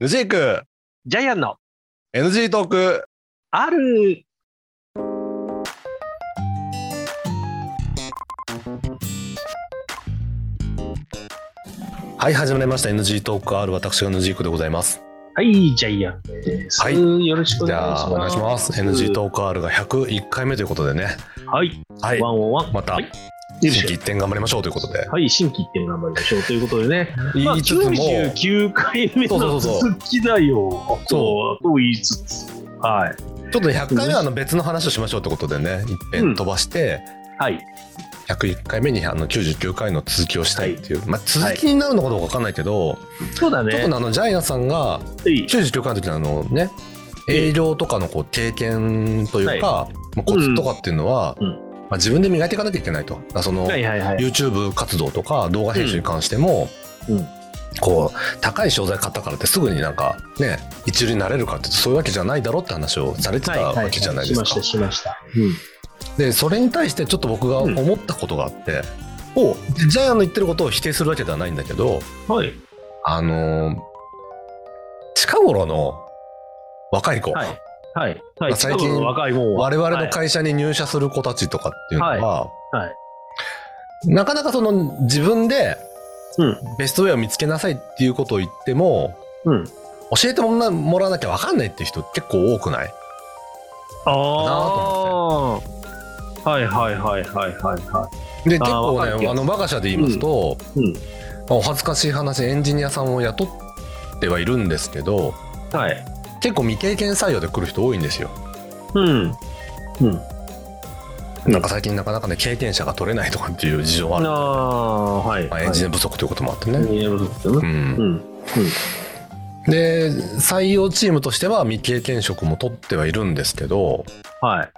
ヌジークジャイアンの NG トークあるはい始まりました NG トーク R 私がヌジークでございますはい、ジャイアンです。はいよろしくおじ願いゃあします。お願いします NG トーク R が101回目ということでねはい、はいワンオンワン。またはい、心機一転頑張りましょうということではい、新規一点頑張りましょうということでね。言いつつも99回目そうそのうそうそう続きだよ。そそう、と言いつつ。はい。ちょっと100回目はあの別の話をしましょうということでね一遍飛ばしてはい。 101回目にあの99回の続きをしたいっていうまあ続きになるのかどうかわかんないけどそうだね。ちょっとねあのジャイアンさんがはい99回の時のあのね営業とかのこう経験というか、まあ、コツとかっていうのは、うんまあ、自分で磨いていかなきゃいけないとだからその、はいはいはい。 YouTube 活動とか動画編集に関しても、うんうんこう高い商材買ったからってすぐになんかね一流になれるかってそういうわけじゃないだろうって話をされてたはわけじゃないですかしました、。しました。うん。でそれに対してちょっと僕が思ったことがあって、をジャイアンの言ってることを否定するわけではないんだけどはい。あのー近頃の若い子、はい。はい。はまあい。最近近頃の若いもんは。我々はのい会社に入社する子たちとかっていうのは、はいはいなかなかその自分でうんベストウェアを見つけなさいっていうことを言っても、うん。教えてもらもらわなきゃ分かんないっていう人結構多くないあとあー。はいはいはいはいはいはで結あー構わかるねよあの我が社で言いますと、い。うん。まあお恥ずかしい話エンジニアさんを雇ってはいるんですけどはい。結構未経験採用で来る人多いんですよ。うん。うん。なんか最近なかなかね経験者が取れないとかっていう事情がある、ああ、はい。まあ、エンジニア不足ということもあってね。ニア不足だようね。んうん。で採用チームとしては未経験職も取ってはいるんですけどはい。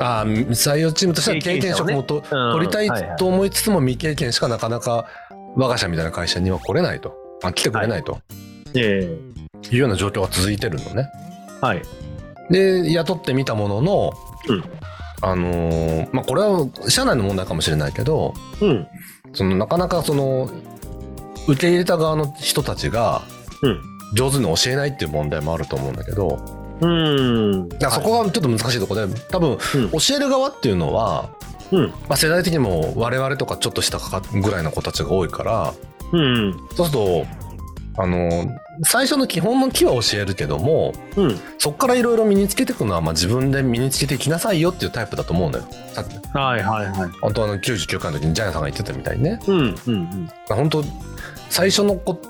あー採用チームとしては経経験験者を職ねもと、うん取りたはいはいと思いつつも未経験しかなかなか我が社みたいな会社には来れないと、あ、来てくれないとえいうような状況が続いてるのね。えはい。で雇ってみたものの、うんあのーまあ、これは社内の問題かもしれないけどうん。そのなかなかその受け入れた側の人たちがうん上手に教えないっていう問題もあると思うんだけど。うん。だからそこがちょっと難しいところで多分うん教える側っていうのは、うんまあ、世代的にも我々とかちょっと下かぐらいの子たちが多いからうん。そうするとあの最初の基本の木は教えるけどもうん。そこからいろいろ身につけていくのは、まあ、自分で身につけていきなさいよっていうタイプだと思うんだよ。さっきはいはいはい。本当あの99回の時にジャイアンさんが言ってたみたいにね。うん。うん。まあ本当最初のこ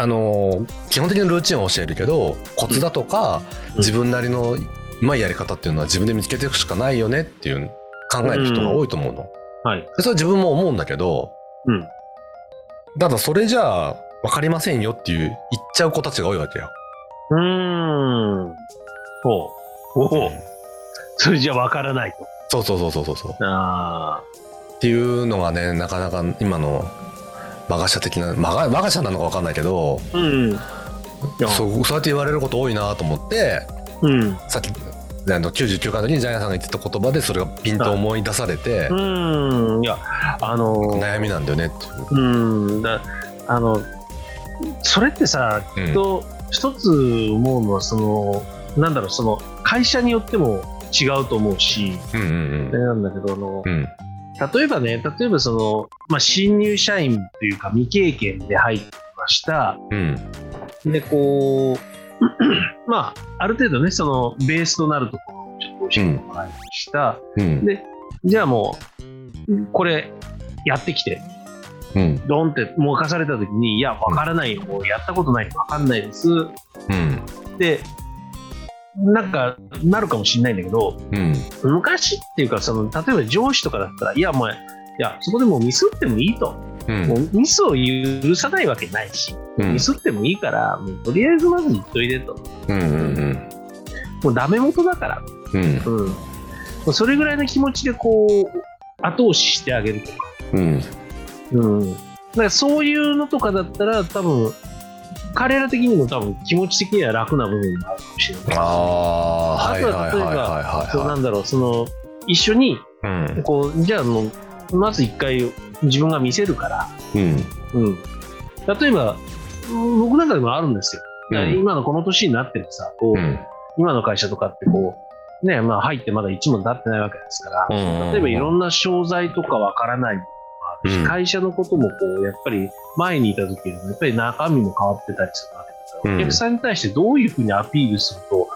あの基本的なルーチンを教えるけどコツだとか、ん自分なりのうまいやり方っていうのは自分で見つけていくしかないよねっていう考える人が多いと思うの、はい。でそれは自分も思うんだけどうん。ただそれじゃあ分かりませんよっていう言っちゃう子たちが多いわけようーん。ほう。おお。それじゃわからないそうそうそうそうそうそうと。あっていうのがねなかなか今の我が社的な我が我が社なのか分かんないけどあ。うん。そうそうやって言われること多いなと思ってうん。さっきあの99回の時にジャイアンさんが言ってた言葉でそれがピンと思い出されて、うん。いや、あのー悩みなんだよねっていううんだあのそれってさ、うんきっと一つ思うのはそのなんだろうその会社によっても違うと思うしうんうんあれなんだけどあのうんうん例えばね例えばその、まあ、新入社員というか未経験で入ってきましたうんでこう まあある程度ねそのベースとなるところをちょっと教えてもらいました、うんでじゃあもうこれやってきてうんドンって任された時にいや分からないもうやったことない分かんないですうんでなんかなるかもしれないんだけどうん昔っていうかその例えば上司とかだったらいやお前いやそこでもうミスってもいいと、うんもうミスを許さないわけないし、うんミスってもいいからもうとりあえずまず言っといでとうんうんもうダメ元だから、うんうん、もうそれぐらいの気持ちでこう後押ししてあげるとうんうん、だからそういうのとかだったら多分彼ら的にも多分気持ち的には楽な部分があるかもしれないああはいはいはいはいそうなはんだろうその一緒にいはいこうじゃああのまず一回自分が見せるから、うんうんうん、例えばうん僕なんかでもあるんですよだからうん今のこの年になってもさ、こう、うん今の会社とかってこう、ね、まあ入ってまだ1年経ってないわけですから、例えばいろなんな商材とかわからない、うん会社のこともこう、やっぱり前にいた時よりもやっぱり中身も変わってたりするわけですから、うんお客さんに対してどういうふうにアピールすると、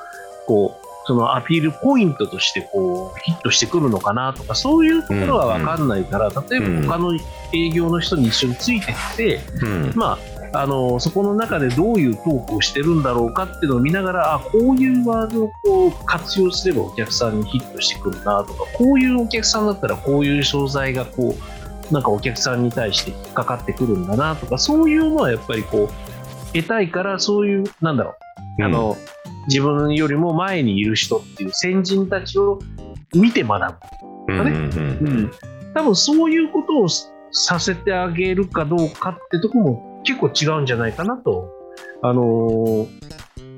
こう、そのアピールポイントとしてこうヒットしてくるのかなとかそういうところがわかんないから、例えば他の営業の人に一緒についてきて、うんまあ、あのそこの中でどういうトークをしてるんだろうかっていうのを見ながらあこういうワードをこう活用すればお客さんにヒットしてくるなとかこういうお客さんだったらこういう商材がこうなんかお客さんに対して引っかかってくるんだなとかそういうのはやっぱりこう得たいからそういうなんだろうあの、自分よりも前にいる人っていう先人たちを見て学ぶうんあれうんうん、多分そういうことをさせてあげるかどうかってとこも結構違うんじゃないかなと。あのー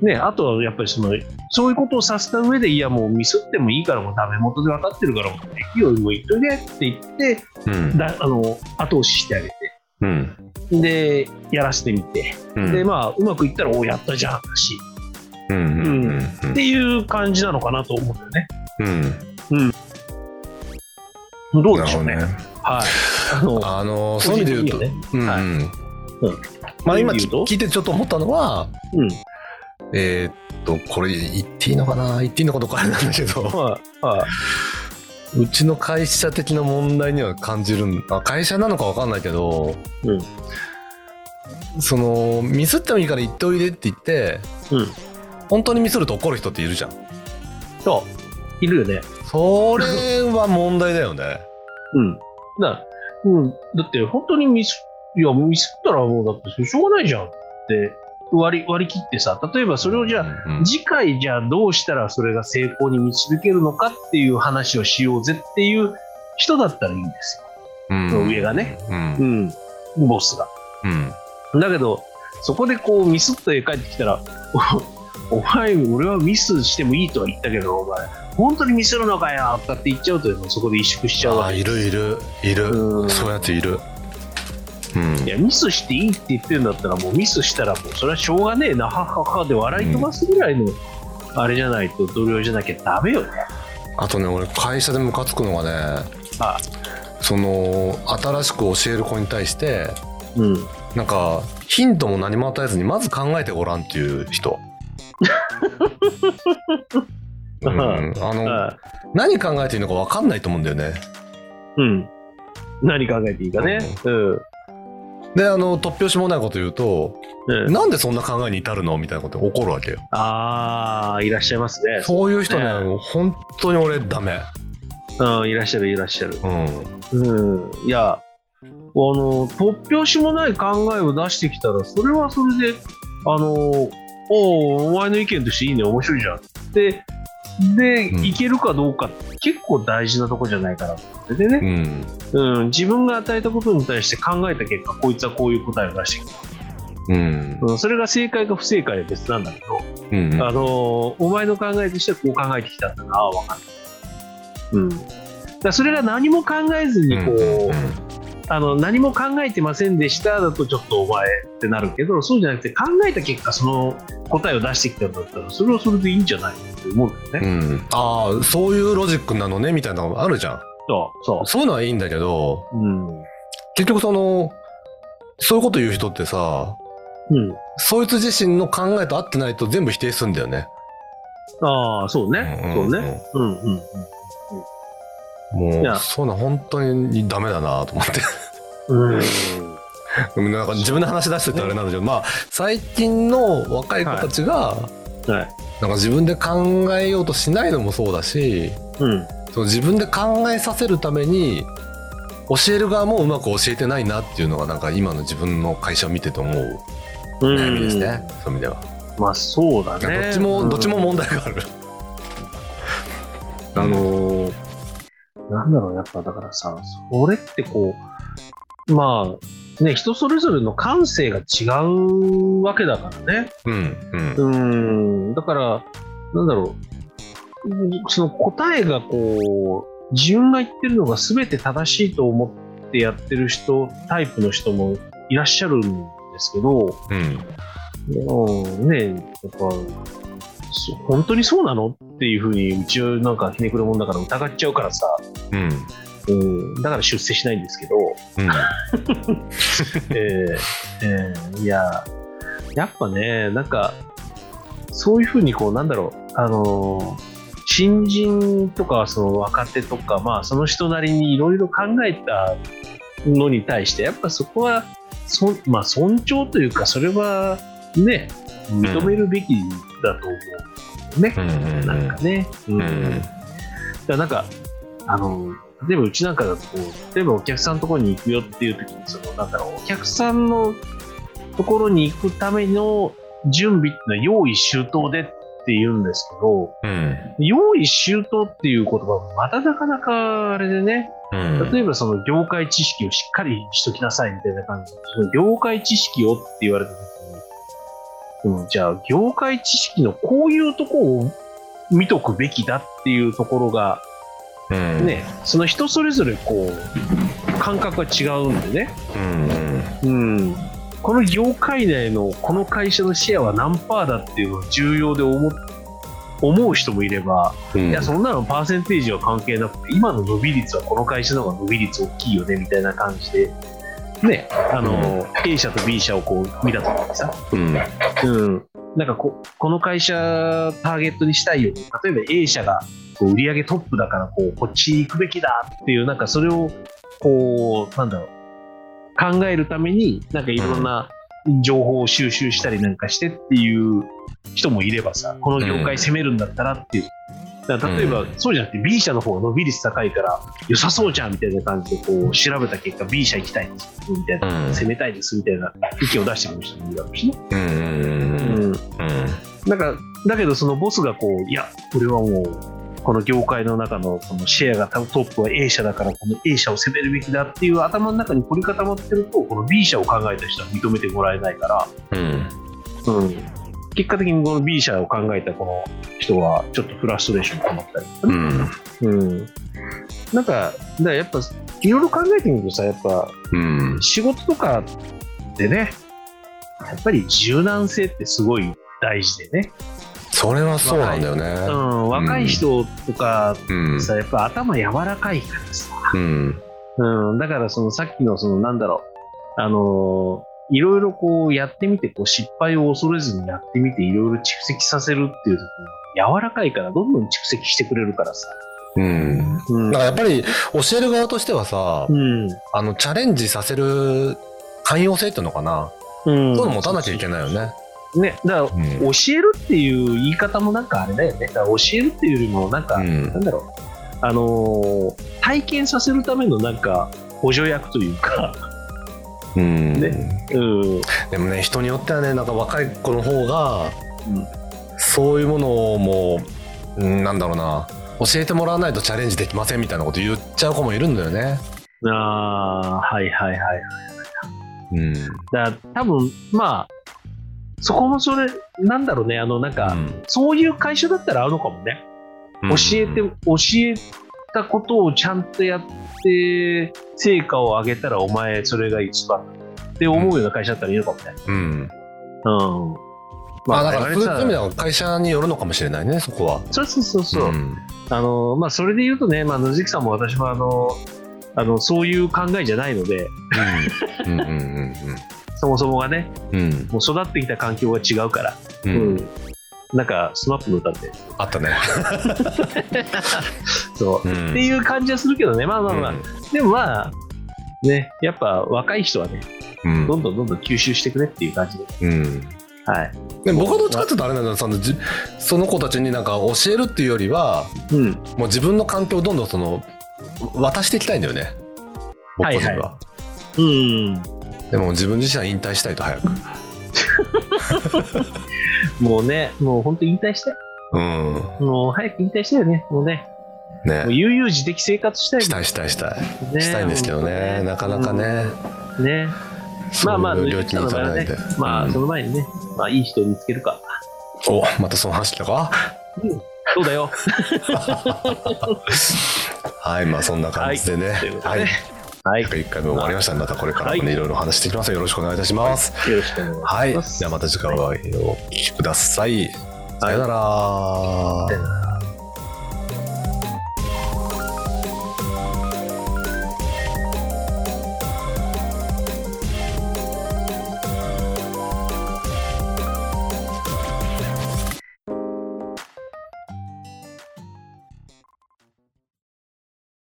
ね、あとはやっぱりそのそういうことをさせた上でいやもうミスってもいいからもうダメ元で分かってるからもう勢いもう言っといてって言ってうんだあの後押ししてあげうんてでやらせてみて、うんでまあうまくいったらおおやったじゃんだしうんうんうんうんっていう感じなのかなと思うんだよね。うんどうなでるしょほうどね。ねはい、あのあのそういう意味で言うと個人うんうんはいうんまあ今そういう意味で言うと聞いてちょっと思ったのはうんえーっとこれ言っていいのかな言っていいのかどうかあれなんだけどはいはいうちの会社的な問題には感じるんあ会社なのか分かんないけど、うんそのミスってもいいから言っておいでって言って、うん本当にミスると怒る人っているじゃんそう。いるよね。それは問題だよねうん。だ、うん、だって本当にミス、いや、ミスったらもうだってしょうがないじゃんって割り割り切ってさ、例えばそれをじゃあ、うん次回じゃあどうしたらそれが成功に導けるのかっていう話をしようぜっていう人だったらいいんですうんよ。上がね。うんうん。ボスが。うんだけど、そこでこうミスって帰ってきたら、おお 前、俺はミスしてもいいとは言ったけど、お前、本当にミスるのかよとかって言っちゃうと、もうそこで萎縮しちゃうわあけいるいるいる、うんそういうやついるうんいやミスしていいって言ってるんだったらもうミスしたらもうそれはしょうがねえなはははで笑い飛ばすぐらいの、あれじゃないと同僚じゃなきゃダメよねあとね俺会社でムカつくのがねあその新しく教える子に対してうんなんかヒントも何も与えずにまず考えてごらんっていう 人、うん、あのあ何考えていいのか分かんないと思うんだよねうん何考えていいかねうんうんであの突拍子もないこと言うとなんでそんな考えに至るのみたいなことで怒るわけよああいらっしゃいますねそういう人ねねもう本当に俺ダメうんいらっしゃるいらっしゃるうんうんいやあの突拍子もない考えを出してきたらそれはそれであのおおお前の意見としていいね面白いじゃんでで、うんいけるかどうか結構大事なとこじゃないかなと思ってでうね、んうん、自分が与えたことに対して考えた結果こいつはこういう答えを出してきた、うんうん、それが正解か不正解は別なんだけど、うんあのお前の考えとしてはこう考えてきたんだなあ分かる、うん、だからそれが何も考えずにこう、あの何も考えてませんでしただとちょっとお前ってなるけどそうじゃなくて考えた結果その答えを出してきたんだったらそれはそれでいいんじゃないって思うんだよね、うん、ああそういうロジックなのねみたいなのがあるじゃんそうそそういうのはいいんだけどううん、うん、結局そのそういうこと言う人ってさそいつ自身の考えと合ってないと全部否定するんだよね。ああそうね、そうねうんうんううんん。いもうやそうなん本当にダメだなと思っ て。うん、なんか自分の話出しててあれなんだけど、まあ最近の若い子たちが、はいなんか自分で考えようとしないのもそうだし、うん、その自分で考えさせるために教える側もうまく教えてないなっていうのがなんか今の自分の会社を見てて思ううん悩みですね。そういう意味では。まあそうだねどっちも、どっちも問題がある。うんあのーなんだろうやっぱだからさそれってこうまあね人それぞれの感性が違うわけだからね、うんうんうーん、だから、なんだろう、うんその答えがこう、自分が言ってるのが全て正しいと思ってやってる人、タイプの人もいらっしゃるんですけど、うんうん、ねやっぱそう本当にそうなのっていうふうにうちはなんかひねくれ者だから疑っちゃうからさ、うん。うん、だから出世しないんですけど、うん。えーえーいややっぱねなんかそういうふうにこうなんだろうあのー新人とかその若手とか、まあ、その人なりにいろいろ考えたのに対してやっぱそこはそ、まあ、尊重というかそれはね認めるべきだと思うね、うんなんかね。ううんん。うん。だからなんか、あの、例えばうちなんかだとこう、例えばお客さんのところに行くよっていう時に、その、なんだろう、お客さんのところに行くための準備っていうのは用意周到でって言うんですけど、うん。用意周到っていう言葉もまたなかなかあれでね、うん。例えばその業界知識をしっかりしときなさいみたいな感じで、その業界知識をって言われた時に、そのじゃあ業界知識のこういうとこを見とくべきだっていうところがうん。ね、その人それぞれこう感覚は違うんでね、うん。うん。うん、この業界内のこの会社のシェアは何パーだっていうのを重要で思思う人もいれば、うん。いやそんなのパーセンテージは関係なくて今の伸び率はこの会社の方が伸び率大きいよねみたいな感じで。ね、あの A 社と B 社をこう見た時にさ、うん。うん、なんかここの会社ターゲットにしたいよね例えば A 社がこう売上トップだからこうこっち行くべきだっていうなんかそれをこうなんだろう考えるためになんかいろんな情報を収集したりなんかしてっていう人もいればさこの業界攻めるんだったらっていう。だから例えば、うんそうじゃなくて B 社の方が伸び率高いから良さそうじゃんみたいな感じでこう調べた結果 B 社行きたいですみたいな、うん攻めたいですみたいな意見を出してくる人もいるわけしね。うん。うんなんか、だけどそのボスがこう、いや、俺はもう、この業界の中のそのシェアがトップは A 社だから、この A 社を攻めるべきだっていう頭の中に凝り固まってると、この B 社を考えた人は認めてもらえないから、うん。結果的にこの B 社を考えたこの人は、ちょっとフラストレーションが溜まったりとかねうん。なんか、だからやっぱ、いろいろ考えてみるとさ、やっぱ、うん。仕事とかでね、やっぱり柔軟性ってすごい大事でね。それはそうなんだようね。ん、若い人とかうん。さやっぱ頭柔らかいからさ、うん。うん、だからそのさっきのそのなんだろうあのーいろいろこうやってみてこう失敗を恐れずにやってみていろいろ蓄積させるっていう時に柔らかいからどんどん蓄積してくれるからさ、うん。うんだからやっぱり教える側としてはさ、うんあの、チャレンジさせる寛容性っていうのかな。うんそういうの持たなきゃいけないよね。ねだからうん。教えるっていう言い方もなんかあれだよねだから教えるっていうよりもなんか、うんなんだろうあのー体験させるためのなんか補助役というか、うんねうん、でもね、人によってはね、なんか若い子の方がうん、そういうものをもう、うんなんだろうな、教えてもらわないとチャレンジできませんみたいなこと言っちゃう子もいるんだよね。あーはいはいはいうん。だから多分まあそこもそれなんだろうねあのなんか、うんそういう会社だったら合うのかもね、教えて教えたことをちゃんとやって成果を上げたらお前それが一番って思うような会社だったらいいのかもねうん。うん、まあだから我そういう意々さ味では会社によるのかもしれないねそこは。そうそうそうそう、んあのまあそれで言うとね、まあ、野月さんも私もあのあのそういう考えじゃないのでうんうんそもそもがねうんうんもう育ってきた環境が違うから、ううんんなんかスマップの歌ってあったね。そううってんいう感じはするけどね、まあまあまあ、でもまあ、ね、やっぱ若い人はね、うんどんどんどんどん吸収してくれっていう感じで、うんはい。で僕はどっちかっていうとあれなんだよそのじその子たちになんか教えるっていうよりはうん、もう自分の環境をどんどんその渡していきたいんだよね僕個人は。はいうん、でも自分自身は引退したいと早く。もうね、もう本当引退したい、うんもう早く引退したいよね、もうね、もうね悠々自適生活したいしたいしたいしたいねしたいんですけどねなかなかね。うんね、まあまあ、そういう領域に行かないねで。、まうあ、んその前にね、まあ、いい人を見つけるか、おまたその話来たか。そうだよ、はい、まあそんな感じでね。ということでね、はい。よ101回目終わりましたんでまたこれからもね、はいいろいろ話していきますよろしくお願いいたしますろしくお願いします。はい、じゃあまた次回お会いをお聞きください、さよなら、さよなら